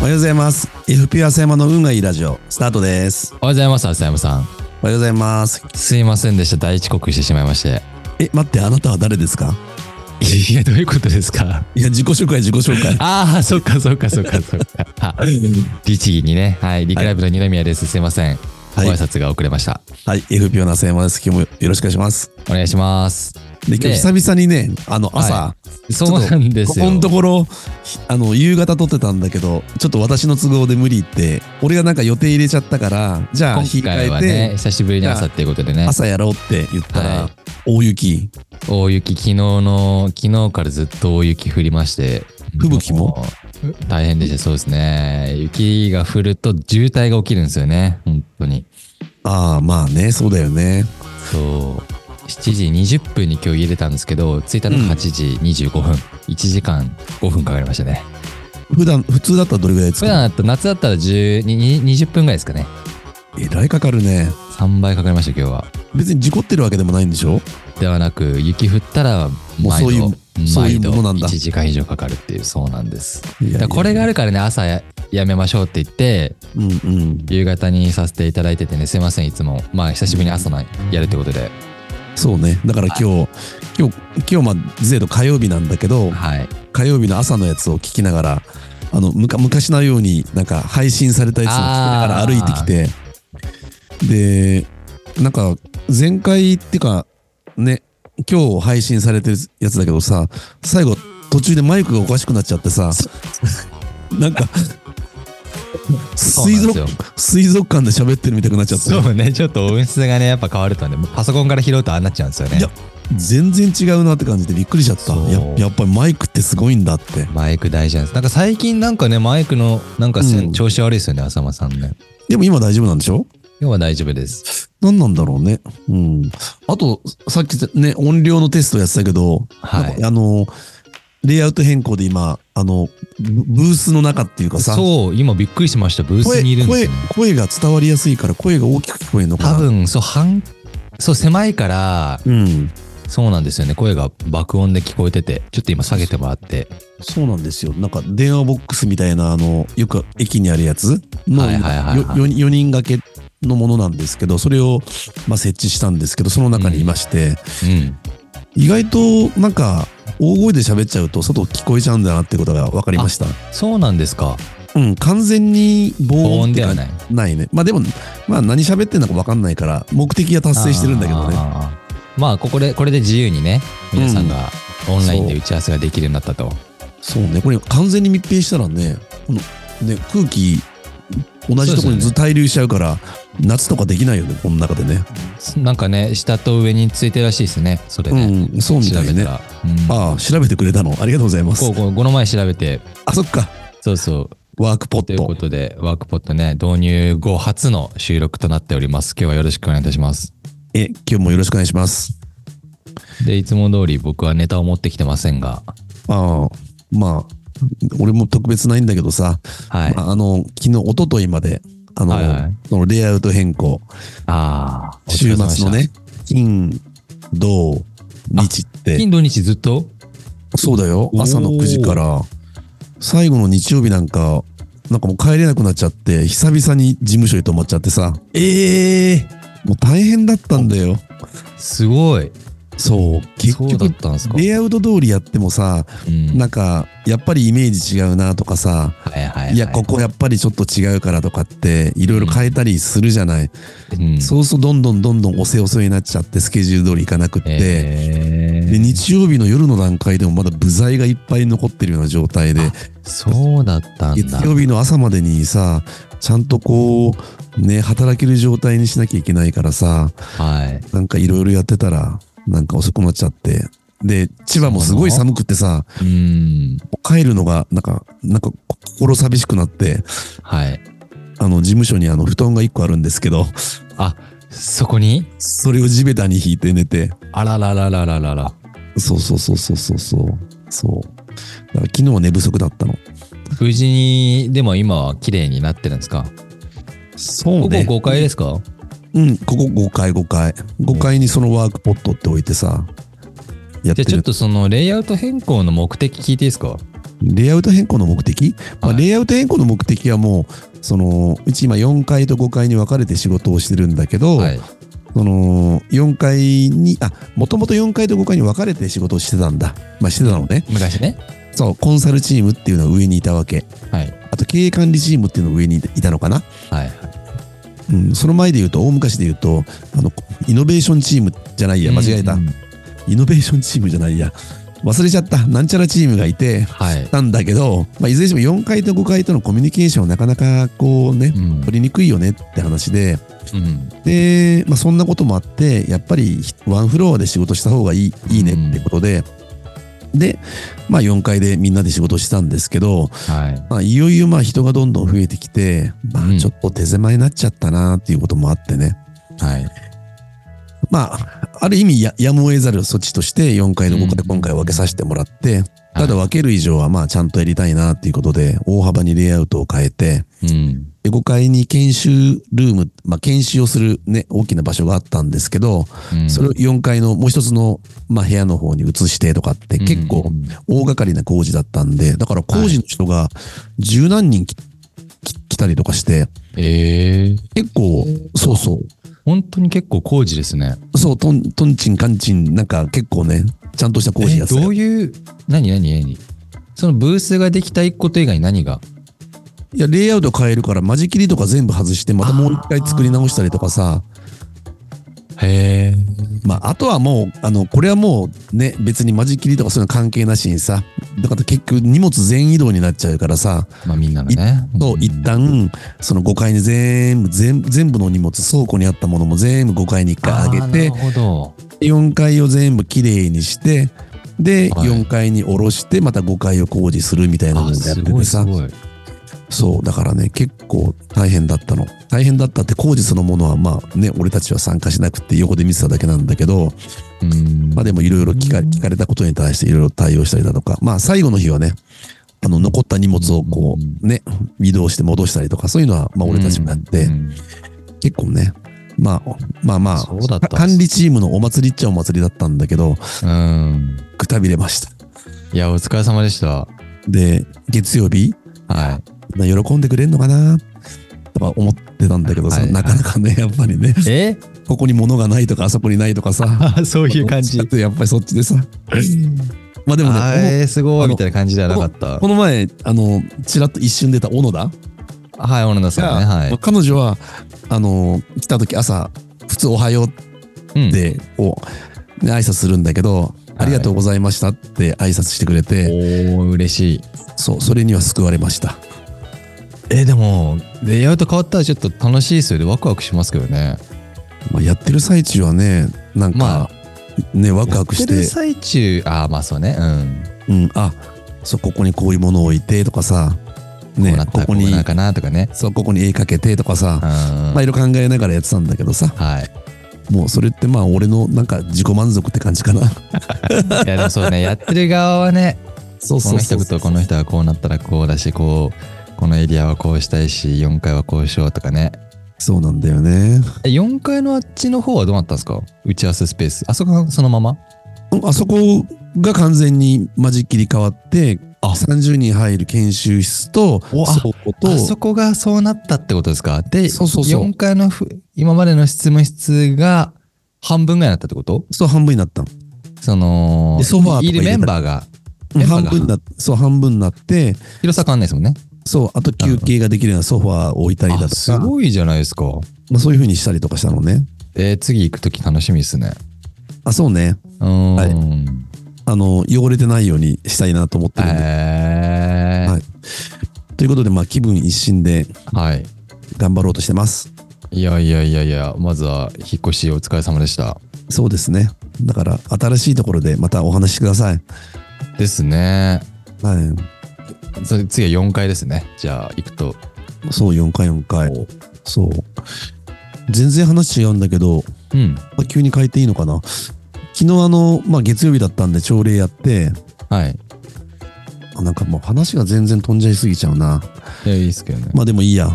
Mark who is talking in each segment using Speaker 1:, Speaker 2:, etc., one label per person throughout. Speaker 1: はようございます。FP 浅山の運がいいラジオ、スタートです。
Speaker 2: おはようございます、浅山さん。
Speaker 1: おはようございます。
Speaker 2: すいませんでした。大遅刻してしまいまして。
Speaker 1: え、待って、あなたは誰ですか
Speaker 2: いや、どういうことですか。
Speaker 1: いや、自己紹介、自己紹介
Speaker 2: ああ、そっかそっかそっか そっか。あ律儀にね。はい。リクライブの二宮です。すいません。ご
Speaker 1: はい
Speaker 2: 挨拶が遅れました。
Speaker 1: はい、FP の浅山です。今日もよろしくお願いします。
Speaker 2: お願いします。
Speaker 1: で、今日
Speaker 2: ね
Speaker 1: 久々にね、あの、朝、
Speaker 2: はそうなんです
Speaker 1: こ
Speaker 2: よ。
Speaker 1: このところ、ひあの、夕方撮ってたんだけど、ちょっと私の都合で無理言って、俺がなんか予定入れちゃったから、じゃあ、日
Speaker 2: 今回
Speaker 1: 変え
Speaker 2: は
Speaker 1: て、
Speaker 2: ね、久しぶりに朝っていうことでね。
Speaker 1: 朝やろうって言ったら、
Speaker 2: はい
Speaker 1: 大雪。
Speaker 2: 大雪、昨日の、昨日からずっと大雪降りまして。
Speaker 1: 吹雪も
Speaker 2: う大変でした。そうですね。雪が降ると渋滞が起きるんですよね。本当に。
Speaker 1: ああ、まあね、そうだよね。
Speaker 2: そう7時20分に今日入れたんですけど着いたのが8時25分、1時間5分かかりましたね
Speaker 1: 普段、普通だったらどれぐらい
Speaker 2: 普
Speaker 1: 作る
Speaker 2: 段だったら夏だったら10にに20分ぐらいですかね
Speaker 1: えらいかかるね。
Speaker 2: 3倍かかりました今日は
Speaker 1: 別に事故ってるわけでもないんでしょ
Speaker 2: ではなく雪降ったら
Speaker 1: もう
Speaker 2: 毎
Speaker 1: そういう
Speaker 2: 度
Speaker 1: そういう
Speaker 2: 毎度
Speaker 1: ものなんだ
Speaker 2: 1時間以上かかるっていうそうなんです
Speaker 1: いやいや
Speaker 2: だからこれがあるからね朝ややめましょうって言って
Speaker 1: うんうん。
Speaker 2: 夕方にさせていただいててねすいませんいつもまあ久しぶりに朝なやるってことで
Speaker 1: そうね。だから今日、今日、今日、まあ、ゼロ火曜日なんだけど、
Speaker 2: はい
Speaker 1: 火曜日の朝のやつを聞きながら、あの、むか昔のように、なんか、配信されたやつを聞きながら
Speaker 2: あ
Speaker 1: 歩い
Speaker 2: ー
Speaker 1: てきて、で、なんか、前回っていうか、ね、今日配信されてるやつだけどさ、最後、途中でマイクがおかしくなっちゃってさ、なんか、
Speaker 2: そう
Speaker 1: 水
Speaker 2: なんで
Speaker 1: 族
Speaker 2: すよ
Speaker 1: 水族館で喋ってるみたくなっちゃって
Speaker 2: そうね、ちょっと音質がね、やっぱ変わるとね、パソコンから拾うとああなっちゃうんですよね
Speaker 1: いや。全然違うなって感じでびっくりしちゃった
Speaker 2: そう
Speaker 1: ややっぱりマイクってすごいんだって
Speaker 2: マイク大事なんです。なんか最近なんかね、マイクのなんかせん
Speaker 1: うん
Speaker 2: 調子悪いですよね、浅間さんね。
Speaker 1: でも今大丈夫なんでしょ
Speaker 2: 今日は大丈夫です。
Speaker 1: 何なんだろうねうんあとさっきね音量のテストやってたけど、
Speaker 2: はい
Speaker 1: なんかあのレイアウト変更で今あのブブースの中っていうかさ
Speaker 2: そう、今びっくりしました。ブース
Speaker 1: 声
Speaker 2: にいるんです
Speaker 1: 声
Speaker 2: よ、ね。
Speaker 1: 声が伝わりやすいから声が大きく聞こえるのか
Speaker 2: 多
Speaker 1: な
Speaker 2: 分、そう、半、そう、狭いから、
Speaker 1: うん
Speaker 2: そうなんですよね。声が爆音で聞こえてて、ちょっと今下げてもらって。
Speaker 1: そうなんですよなんか電話ボックスみたいなあのよく駅にあるやつの
Speaker 2: はいはいはいはい
Speaker 1: 4, 人掛けのものなんですけどそれを、まあ、設置したんですけどその中にいまして、
Speaker 2: うん。
Speaker 1: 意外となんか大声で喋っちゃうと外聞こえちゃうんだなってことが分かりました
Speaker 2: そうなんですか。
Speaker 1: うん完全に
Speaker 2: 高
Speaker 1: 防音
Speaker 2: 音
Speaker 1: って
Speaker 2: では
Speaker 1: 感じ
Speaker 2: な
Speaker 1: な
Speaker 2: い。
Speaker 1: いねまあでもまあ何喋ってんのか分かんないから目的は達成してるんだけどね
Speaker 2: あー。まあ、ここで、これで自由にね、皆さんがオンラインで打ち合わせができるようになったと。
Speaker 1: そうねこれ完全に密閉したらねこのね空気同じところにずっと滞留しちゃうから夏とかできないよねこの中でね
Speaker 2: なんかね、下と上についてるらしいですね、それね。
Speaker 1: うんそうみたい
Speaker 2: 調べ
Speaker 1: ね
Speaker 2: たらうん
Speaker 1: ああ調べてくれたのありがとうございます
Speaker 2: こうこうこの前調べて、
Speaker 1: あそっか
Speaker 2: そうそう。
Speaker 1: ワークポ
Speaker 2: と
Speaker 1: ッ
Speaker 2: いうこ
Speaker 1: ト
Speaker 2: とで、ワークポットね、導入後初の収録となっております。今日はよろしくお願いいたします。
Speaker 1: え今日もよろしくお願いします
Speaker 2: で、いつも通り僕はネタを持ってきてませんが、
Speaker 1: ああまあ俺も特別ないんだけどさ、
Speaker 2: はい。
Speaker 1: まああの昨日一昨日まであの、
Speaker 2: はいはい
Speaker 1: そのレイアウト変更
Speaker 2: ああ、
Speaker 1: 週末の
Speaker 2: お疲れ様で
Speaker 1: ね
Speaker 2: し。
Speaker 1: 金土日ったて
Speaker 2: 金土日ずっと
Speaker 1: そうだよ
Speaker 2: おー
Speaker 1: 朝の9時から最後の日曜日なんかなんかもう帰れなくなっちゃって久々に事務所に泊まっちゃってさええもう大変だったんだよ
Speaker 2: すごい。
Speaker 1: そう結
Speaker 2: そうだ
Speaker 1: 局
Speaker 2: ったんですか。
Speaker 1: レイアウト通りやってもさ
Speaker 2: うん、
Speaker 1: なんかやっぱりイメージ違うなとかさ
Speaker 2: はいはいはい。
Speaker 1: いやここやっぱりちょっと違うからとかっていろいろ変えたりするじゃない、
Speaker 2: うん、
Speaker 1: そうするとどんどんどんどんおせおせになっちゃってスケジュール通りいかなくって、
Speaker 2: えー
Speaker 1: で日曜日の夜の段階でもまだ部材がいっぱい残ってるような状態で
Speaker 2: そうだったんだ
Speaker 1: 月。曜日の朝までにさちゃんとこうね働ける状態にしなきゃいけないからさ
Speaker 2: はい。
Speaker 1: なんかいろいろやってたらなんか遅くなっちゃってで千葉もすごい寒くってさ
Speaker 2: うん。
Speaker 1: 帰るのがなんかなんか心寂しくなって
Speaker 2: はい。
Speaker 1: あの事務所にあの布団が1個あるんですけど
Speaker 2: あ、そこに
Speaker 1: それを地べたに引いて寝て
Speaker 2: あららららららら。
Speaker 1: そうそうそうそうそうそうそうだから昨日は寝不足だったの
Speaker 2: 無事に、でも今は綺麗になってるんですか
Speaker 1: そ
Speaker 2: ここ5階ですか
Speaker 1: うん、ここ5階5階。5階にそのワークポットって置いてさ、やっ
Speaker 2: じ
Speaker 1: て
Speaker 2: ゃあちょっ
Speaker 1: る。
Speaker 2: とそのレイアウト変更の目的聞いていいですか
Speaker 1: レイアウト変更の目的、まあ、
Speaker 2: はい
Speaker 1: レイアウト変更の目的はもう、その、うち今4階と5階に分かれて仕事をしてるんだけど、
Speaker 2: はい。
Speaker 1: その、4階に、あ、もともと4階と5階に分かれて仕事をしてたんだ。まあ、してたのね。
Speaker 2: 昔ね。
Speaker 1: そう、コンサルチームっていうのは上にいたわけ。
Speaker 2: はい。
Speaker 1: あと、経営管理チームっていうのが上にいたのかな。
Speaker 2: はい。
Speaker 1: うん、その前で言うと、大昔で言うと、あの、イノベーションチームじゃないや、間違えた。
Speaker 2: うんうん
Speaker 1: イノベーションチームじゃないや。忘れちゃった。なんちゃらチームがいて、
Speaker 2: はい。
Speaker 1: なんだけど、まあ、いずれにしても4階と5階とのコミュニケーションをなかなかこうね、
Speaker 2: うん
Speaker 1: 取りにくいよねって話で、
Speaker 2: うん。
Speaker 1: で、まあ、そんなこともあって、やっぱりワンフロアで仕事した方がいいいいねってことで、で、まあ、4階でみんなで仕事したんですけど、
Speaker 2: はい。
Speaker 1: まあ、いよいよまあ人がどんどん増えてきて、ま
Speaker 2: う
Speaker 1: あ、
Speaker 2: ん
Speaker 1: ちょっと手狭になっちゃったなっていうこともあってね、
Speaker 2: はい。
Speaker 1: まあ、ある意味ややむを得ざる措置として4階の5階で
Speaker 2: うん
Speaker 1: 今回分けさせてもらって、ただ分ける以上はまあちゃんとやりたいなっていうことで大幅にレイアウトを変えて、
Speaker 2: うん。
Speaker 1: で5階に研修ルーム、まあ、研修をするね、大きな場所があったんですけど、
Speaker 2: うん
Speaker 1: それを4階のもう一つの、まあ、部屋の方に移してとかって結構
Speaker 2: うん
Speaker 1: 大掛かりな工事だったんで、だから工事の人が十何人きき来たりとかして、
Speaker 2: ええ
Speaker 1: 結構、そうそう、
Speaker 2: 本当に結構工事ですね。
Speaker 1: そう、トン、トンチンカンチン、なんか結構ね、ちゃんとした工事やってた
Speaker 2: え
Speaker 1: よ
Speaker 2: どういう、何何何そのブースができた一個と以外に何が
Speaker 1: いや、レイアウト変えるから、間仕切りとか全部外して、またもう一回作り直したりとかさ、
Speaker 2: へえ。
Speaker 1: まあ、あとはもう、あの、これはもうね、別に間仕切りとかそういうの関係なしにさ、だから結局荷物全移動になっちゃうからさ、
Speaker 2: まあみんなのね。
Speaker 1: と
Speaker 2: うん
Speaker 1: 一旦、その5階に全部、全全部の荷物、倉庫にあったものも全部5階に一回上げて
Speaker 2: あー、なるほど。
Speaker 1: 4階を全部きれいにして、で、
Speaker 2: はい
Speaker 1: 4階に下ろして、また5階を工事するみたいなのを
Speaker 2: あ
Speaker 1: やっ
Speaker 2: す
Speaker 1: て
Speaker 2: ご
Speaker 1: て
Speaker 2: いす
Speaker 1: さ、
Speaker 2: ごい。
Speaker 1: そう、だからね、結構大変だったの。大変だったって工事そのものは、まあね、俺たちは参加しなくて横で見てただけなんだけど、
Speaker 2: うん
Speaker 1: まあでもいろいろ聞か
Speaker 2: うん
Speaker 1: 聞かれたことに対していろいろ対応したりだとか、まあ最後の日はね、あの、残った荷物をこ
Speaker 2: うん
Speaker 1: う、ね、移動して戻したりとか、そういうのは、まあ俺たちもやって
Speaker 2: う、ん
Speaker 1: 結構ね、まあ、まあまあ、
Speaker 2: そうだったんです
Speaker 1: 管理チームのお祭りっちゃお祭りだったんだけど、
Speaker 2: うん。
Speaker 1: くたびれました。
Speaker 2: いや、お疲れ様でした。
Speaker 1: で、月曜日、
Speaker 2: は
Speaker 1: まあ喜んでくれんのかなとか思ってたんだけどさ、
Speaker 2: はい
Speaker 1: なかなかね、やっぱりね、
Speaker 2: い。え
Speaker 1: ここに物がないとか、あそこにないとかさ。
Speaker 2: あそういう感じ
Speaker 1: どっちだ。ってやっぱりそっちでさ。まあでも
Speaker 2: あー
Speaker 1: ね、
Speaker 2: えー、すご
Speaker 1: あの
Speaker 2: いみたいな感じではなかった
Speaker 1: こ。の前、あの、ちらっと一瞬出た小野田
Speaker 2: はい、小野田さんね。は
Speaker 1: まあ
Speaker 2: い。
Speaker 1: 彼女は、あの、来た時朝、普通おはよう
Speaker 2: うん
Speaker 1: って、こう、ね、挨拶するんだけど、ありがとうございましたって挨拶してくれて、
Speaker 2: おー、嬉しい。
Speaker 1: そう、それには救われました。
Speaker 2: えー、でも、レイアウト変わったらちょっと楽しいですよね。ワクワクしますけどね。
Speaker 1: まあ、やってる最中はね、なんか、
Speaker 2: ま
Speaker 1: ね、ワクワクし
Speaker 2: やってる
Speaker 1: て、
Speaker 2: 最中、ああ、まあそうね。うん。
Speaker 1: うん、あ、そう、ここにこういうものを置いてとかさ、
Speaker 2: こ
Speaker 1: ね
Speaker 2: うな、った
Speaker 1: こ
Speaker 2: らこ
Speaker 1: こ
Speaker 2: う
Speaker 1: に
Speaker 2: なんかなとかね。
Speaker 1: そう、ここに絵かけてとかさ
Speaker 2: う、
Speaker 1: ま
Speaker 2: ん
Speaker 1: あ、いろいろ考えながらやってたんだけどさ、
Speaker 2: はい。
Speaker 1: もうそれってまあ、俺のなんか自己満足って感じかな。
Speaker 2: いや、でもそうね、やってる側はね、
Speaker 1: そう
Speaker 2: こ
Speaker 1: そ
Speaker 2: の
Speaker 1: う
Speaker 2: 人
Speaker 1: そう。
Speaker 2: とこの人はこうなったらこうだし、こう、このエリアはこうしたいし、4階はこうしようとかね。
Speaker 1: そうなんだよね。
Speaker 2: え、4階のあっちの方はどうなったんですか打ち合わせスペース。あそこがそのまま
Speaker 1: うんあそこが完全に間仕切り変わって、
Speaker 2: あ
Speaker 1: 30人入る研修室と
Speaker 2: おあ
Speaker 1: 倉庫と
Speaker 2: あ、そこがそうなったってことですかで、
Speaker 1: そうそうそう
Speaker 2: 4階のふ今までの執務室が半分ぐらいになったってこと
Speaker 1: そう半分になったの
Speaker 2: その
Speaker 1: で、ソファーとか
Speaker 2: いる
Speaker 1: 入れ
Speaker 2: メ
Speaker 1: た
Speaker 2: ンバーが
Speaker 1: うん
Speaker 2: メンバー
Speaker 1: 半
Speaker 2: が
Speaker 1: 分なそう半分になって
Speaker 2: 広さ変わんないですもんね。
Speaker 1: そうあと休憩ができるようなソファーを置いたりだ
Speaker 2: あ
Speaker 1: と
Speaker 2: す
Speaker 1: か
Speaker 2: ごいじゃないですか。
Speaker 1: まあ、そういうふうにしたりとかしたのね
Speaker 2: えー次行くとき楽しみですね。
Speaker 1: あそうね
Speaker 2: うーん。
Speaker 1: はいあの汚れてないようにしたいなと思ってるんで、
Speaker 2: えー
Speaker 1: はいということでまあ気分一新で
Speaker 2: はい。
Speaker 1: 頑張ろうとしてます
Speaker 2: いやいやいやいや、まずは引っ越しお疲れ様でした。
Speaker 1: そうですねだから新しいところでまたお話しください
Speaker 2: ですね。
Speaker 1: はい
Speaker 2: それ次は4階ですね。じゃあ行くと。
Speaker 1: そう4回4回そう全然話違うんだけど
Speaker 2: うん。
Speaker 1: まあ急に変えていいのかな昨日あの、まあ、月曜日だったんで朝礼やって
Speaker 2: はい。
Speaker 1: あなんかもう話が全然飛んじゃいすぎちゃうない
Speaker 2: や、いいですけどね。
Speaker 1: まあでもいいや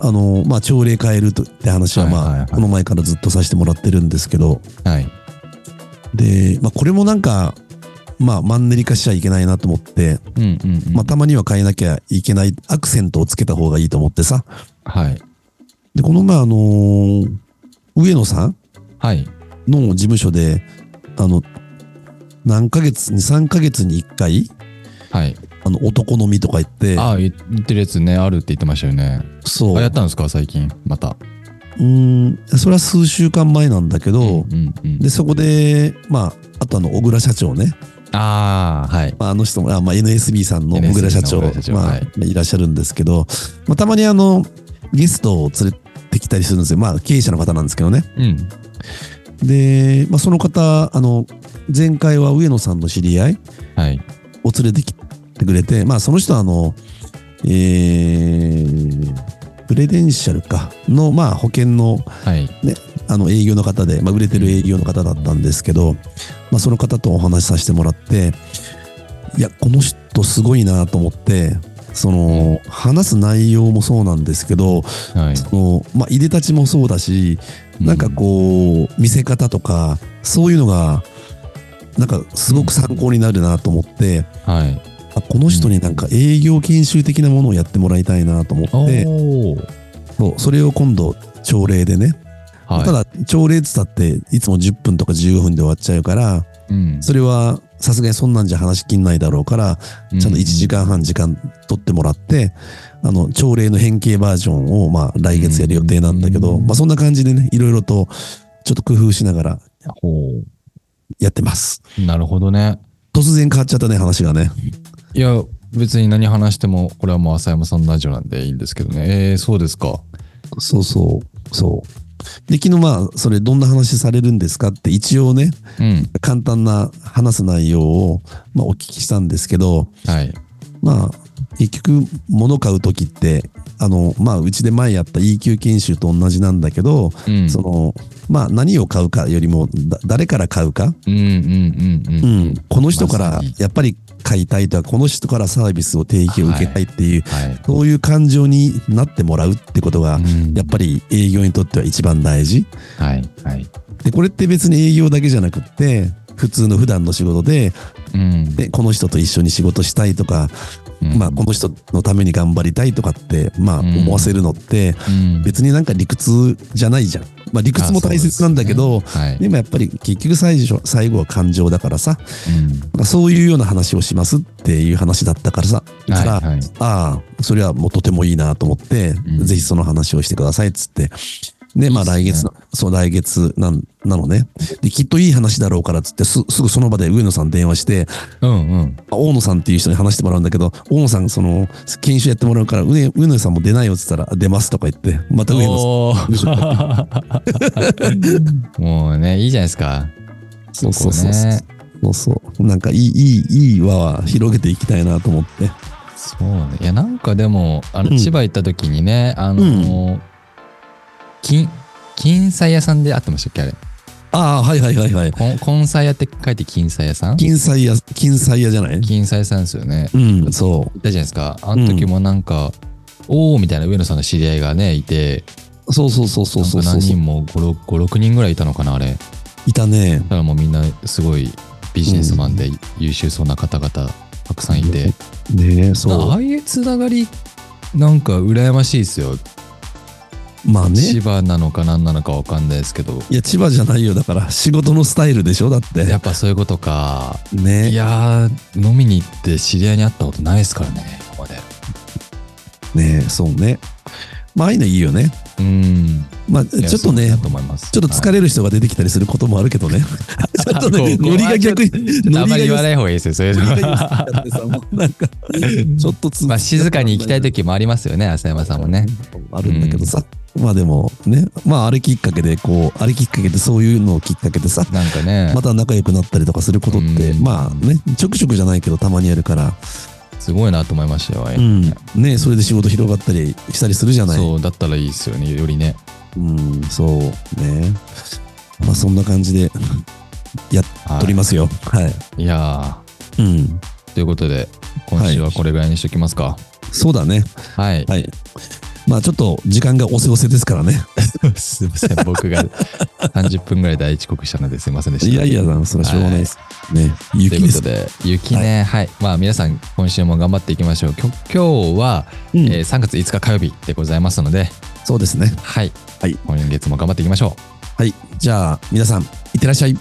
Speaker 1: あのまあ朝礼変えるとって話は
Speaker 2: はいはい
Speaker 1: ま
Speaker 2: は
Speaker 1: あ
Speaker 2: い
Speaker 1: この前からずっとさせてもらってるんですけど
Speaker 2: はい。
Speaker 1: で、まあ、これもなんかまあマンネリ化しちゃいけないなと思って、
Speaker 2: うんうんうん
Speaker 1: まあたまには変えなきゃいけないアクセントをつけた方がいいと思ってさ。
Speaker 2: はい
Speaker 1: で、この前あのー上野さん
Speaker 2: はい
Speaker 1: の事務所で、あの、何ヶ月に、3ヶ月に1回、
Speaker 2: はい
Speaker 1: あの、男のみとか言って、
Speaker 2: ああ言ってるやつねあるって言ってましたよね
Speaker 1: そう。
Speaker 2: あやったんですか最近また
Speaker 1: うーん、それは数週間前なんだけど、
Speaker 2: んうん
Speaker 1: で、そこで、まあ、あとあの、小倉社長ね、
Speaker 2: ああはい
Speaker 1: まあ、あの人も、あまあ、NSB さんの
Speaker 2: NSB
Speaker 1: 小倉社長、
Speaker 2: の小倉社長
Speaker 1: まあ、
Speaker 2: はい
Speaker 1: い、らっしゃるんですけど、まあ、たまにあの、ゲストを連れてきたりするんですよ。まあ、経営者の方なんですけどね。
Speaker 2: うん
Speaker 1: で、まあ、その方、あの、前回は上野さんの知り合い
Speaker 2: はい
Speaker 1: を連れてきてくれて、まあ、その人はあの、えー、プレデンシャルかの、まあ、保険の
Speaker 2: はい
Speaker 1: あの営業の方で、まあ、売れてる営業の方だったんですけど、まあ、その方とお話しさせてもらっていやこの人すごいなと思ってその、話す内容もそうなんですけど
Speaker 2: はい
Speaker 1: その、まあ、いでたちもそうだしなんかこう見せ方とかそういうのがなんかすごく参考になるなと思って、
Speaker 2: うんはい
Speaker 1: あこの人になんか営業研修的なものをやってもらいたいなと思
Speaker 2: お
Speaker 1: って、
Speaker 2: お
Speaker 1: そうそれを今度朝礼でね
Speaker 2: はい
Speaker 1: ただ朝礼っつったっていつも10分とか15分で終わっちゃうから
Speaker 2: うん
Speaker 1: それはさすがにそんなんじゃ話しきんないだろうからちゃんと1時間半時間取ってもらってあの朝礼の変形バージョンをまあ来月やる予定なんだけど
Speaker 2: うん
Speaker 1: まあそんな感じでねいろいろとちょっと工夫しながら
Speaker 2: ほ
Speaker 1: やってます
Speaker 2: うなるほどね
Speaker 1: 突然変わっちゃったね話がね
Speaker 2: いや別に何話してもこれはもう浅山さんのラジオなんでいいんですけどねえー、そうですか
Speaker 1: そうそうそうで昨日まあそれどんな話されるんですかって一応ね
Speaker 2: うん
Speaker 1: 簡単な話す内容をまあお聞きしたんですけど
Speaker 2: はい
Speaker 1: まあ、結局、物買うときって、あの、まあ、うちで前やった E 級研修と同じなんだけど、
Speaker 2: うん
Speaker 1: その、まあ、何を買うかよりも、だ誰から買うか、
Speaker 2: うんうんうんう
Speaker 1: うんん、この人か
Speaker 2: ま
Speaker 1: ら
Speaker 2: さに、
Speaker 1: やっぱり買いたいとか、この人からサービスを提供を受けたいっていう、
Speaker 2: はい
Speaker 1: そういう感情になってもらうってことが、
Speaker 2: うん
Speaker 1: やっぱり営業にとっては一番大事。
Speaker 2: はいはい
Speaker 1: で、これって別に営業だけじゃなくって、普通の普段の仕事で、
Speaker 2: うん
Speaker 1: で、この人と一緒に仕事したいとか、
Speaker 2: うん
Speaker 1: まあ、この人のために頑張りたいとかって、まあ、
Speaker 2: うん
Speaker 1: 思わせるのって、
Speaker 2: うん
Speaker 1: 別になんか理屈じゃないじゃん。まあ、理屈も大切なんだけど、
Speaker 2: あそうで
Speaker 1: で
Speaker 2: すね
Speaker 1: もやっぱり結局最初、最後は感情だからさ、
Speaker 2: はい
Speaker 1: まあそういうような話をしますっていう話だったからさ、
Speaker 2: うん
Speaker 1: から、
Speaker 2: はいはい
Speaker 1: ああ、それはもうとてもいいなと思って、
Speaker 2: うん
Speaker 1: ぜひその話をしてくださいっつって。で、まあ来月の、そう来月なんなのね。で、きっといい話だろうからっつって、すすぐその場で上野さん電話して、
Speaker 2: うんうん
Speaker 1: まあ大野さんっていう人に話してもらうんだけど、大野さん、その、研修やってもらうから、上上野さんも出ないよって言ったら、あ出ますとか言って、また上野さん。
Speaker 2: お ーもうねいいじゃないですか
Speaker 1: そう
Speaker 2: こ
Speaker 1: そううそうそう。
Speaker 2: ね
Speaker 1: そうそう。なんか、いい、いい、いい輪は広げていきたいなと思って。
Speaker 2: そうねいやなんかでもあ
Speaker 1: う
Speaker 2: の
Speaker 1: ん
Speaker 2: 千葉行った時にね、あのー金金彩屋さんで会ってましたっけあれ
Speaker 1: ああ、はいはいはいはい。
Speaker 2: こん根菜屋って書いて金彩屋さん
Speaker 1: 金彩屋、金彩屋じゃない
Speaker 2: 金彩屋さんですよね
Speaker 1: うん、そ
Speaker 2: いたじゃないですかあの時もなんか、おおみたいな上野さんの知り合いがねいて
Speaker 1: う。そうそうそうそうそう
Speaker 2: な
Speaker 1: そう
Speaker 2: んか何人も56人ぐらいいたのかなあれ
Speaker 1: いたね
Speaker 2: だ。からもうみんなすごいビジネスマンで優秀そうな方々たくさんいて、
Speaker 1: ねえ、そ
Speaker 2: ああいうつながりなんか羨ましいですよ、
Speaker 1: う。まあ
Speaker 2: 千
Speaker 1: ね。
Speaker 2: 葉なのか何なのかわかんないですけど
Speaker 1: いや、千葉じゃないよ。だから、仕事のスタイルでしょだって
Speaker 2: や。っぱそういうことか
Speaker 1: ね
Speaker 2: いやー飲みに行って知り合いに会ったことないですからね今まで
Speaker 1: ねえそうね。まあ、ああいうのいいよね。
Speaker 2: うん
Speaker 1: まあ、
Speaker 2: いや
Speaker 1: ちょっとね
Speaker 2: そうだ、と思います
Speaker 1: ちょっと疲
Speaker 2: れ
Speaker 1: れる人が出てきたりすることもあるけ どね。ちょっとね、
Speaker 2: こう
Speaker 1: ノリが逆に、
Speaker 2: あ
Speaker 1: ノ
Speaker 2: ん
Speaker 1: リ
Speaker 2: ま
Speaker 1: が
Speaker 2: り言
Speaker 1: 良
Speaker 2: わ
Speaker 1: す
Speaker 2: ない方がいいですよそういうの
Speaker 1: ノ
Speaker 2: は
Speaker 1: リが良すぎちゃってさ、もうなんか、ちょっとつ
Speaker 2: まあ静かに行きたい時もありますよね浅山さんもね。
Speaker 1: あるんだけどさ。まあでもね、まああれきっかけで、こう、あれきっかけでそういうのをきっかけでさ、
Speaker 2: なんかね、
Speaker 1: また仲良くなったりとかすることって、
Speaker 2: うん
Speaker 1: まあね、ちょくちょくじゃないけどたまにやるから、
Speaker 2: すごいなと思いましたよ、あれ
Speaker 1: うん、ね、それで仕事広がったりしたりするじゃない。
Speaker 2: そうだったらいいですよねよりね
Speaker 1: うん、そうね。まあそんな感じで
Speaker 2: はい
Speaker 1: 撮りますよ。はい。
Speaker 2: いや
Speaker 1: うん。
Speaker 2: ーということで今週はこれぐらいにしときますか
Speaker 1: そうだね。
Speaker 2: はい、
Speaker 1: はい。まあちょっと時間がおせおせですからね。
Speaker 2: すいません、 僕が30分ぐらい大遅刻したのですいませんでした。
Speaker 1: いやいや、それはしょうがないです。ね、
Speaker 2: という
Speaker 1: 雪
Speaker 2: こ
Speaker 1: で
Speaker 2: と
Speaker 1: す。
Speaker 2: で、雪ね、はい、まあ皆さん、今週も頑張っていきましょう。きょ今日は、
Speaker 1: うん
Speaker 2: えー3月5日火曜日でございますので、
Speaker 1: そうですね。
Speaker 2: はい、
Speaker 1: はい
Speaker 2: 今月も頑張っていきましょう。
Speaker 1: はい。じゃあ、皆さん、いってらっしゃい。